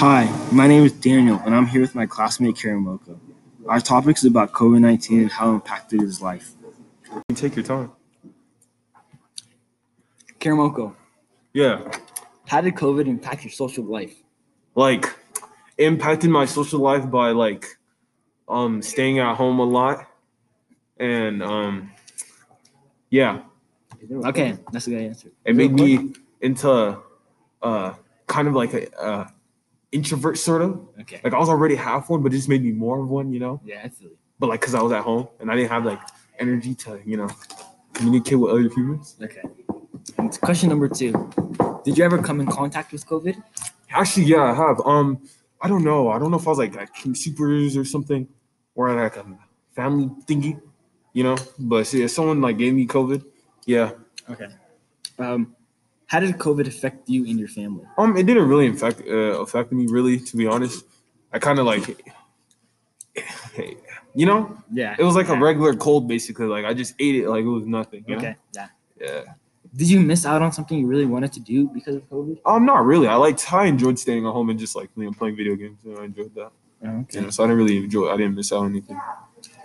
My name is Daniel, and I'm here with my classmate Karamoko. Our topic is about COVID 19 and how it impacted his life. You take your time. Karamoko, Yeah. how did COVID impact your social life? Like impacted my social life by like um staying at home a lot and um yeah, Okay, that's a good answer. it made me into uh kind of like a uh introvert sort of. Okay. Like I was already half one, but it just made me more of one, you know? Yeah, I feel you. But like cuz I was at home and I didn't have like energy to, you know, communicate with other humans. Okay. And question number two. Did you ever come in contact with COVID? Actually, yeah, I have. Um, I don't know. I don't know if I was like at King Supers or something, or at, like a family thingy, you know. But see, if someone like gave me COVID, yeah. Okay. Um, how did COVID affect you and your family? Um, it didn't really affect uh, affect me really, to be honest. I kind of like, you know, Yeah. it was like a yeah. regular cold basically. Like I just ate it like it was nothing. You Okay. Yeah. Know? Yeah. Did you miss out on something you really wanted to do because of COVID? Um, not really. I liked. I enjoyed staying at home and just like you know, playing video games. You know, I enjoyed that. Okay. You know, so I didn't really enjoy. I didn't miss out on anything.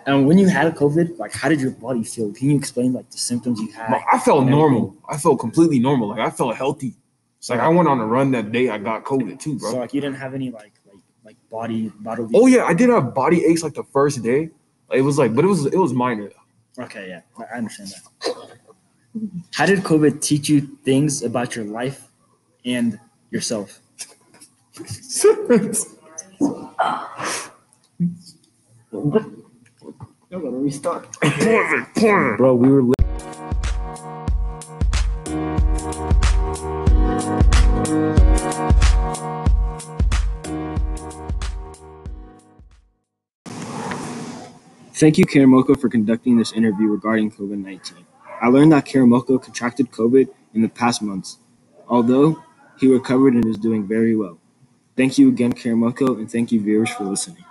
And when you had COVID, like, how did your body feel? Can you explain like the symptoms you had? Bro, I felt and normal. I felt completely normal. Like I felt healthy. It's like I went on a run that day. I got COVID too, So bro. like, you didn't have any like like like body bodily. Oh yeah, I did have body aches like the first day. It was like, but it was it was minor. Okay, yeah, I- I understand that. How did COVID teach you things about your life and yourself? Bro, we were. Thank you, Karamoko, for conducting this interview regarding COVID 19. I learned that Karamoko contracted COVID in the past months, although he recovered and is doing very well. Thank you again, Karamoko, and thank you, viewers, for listening.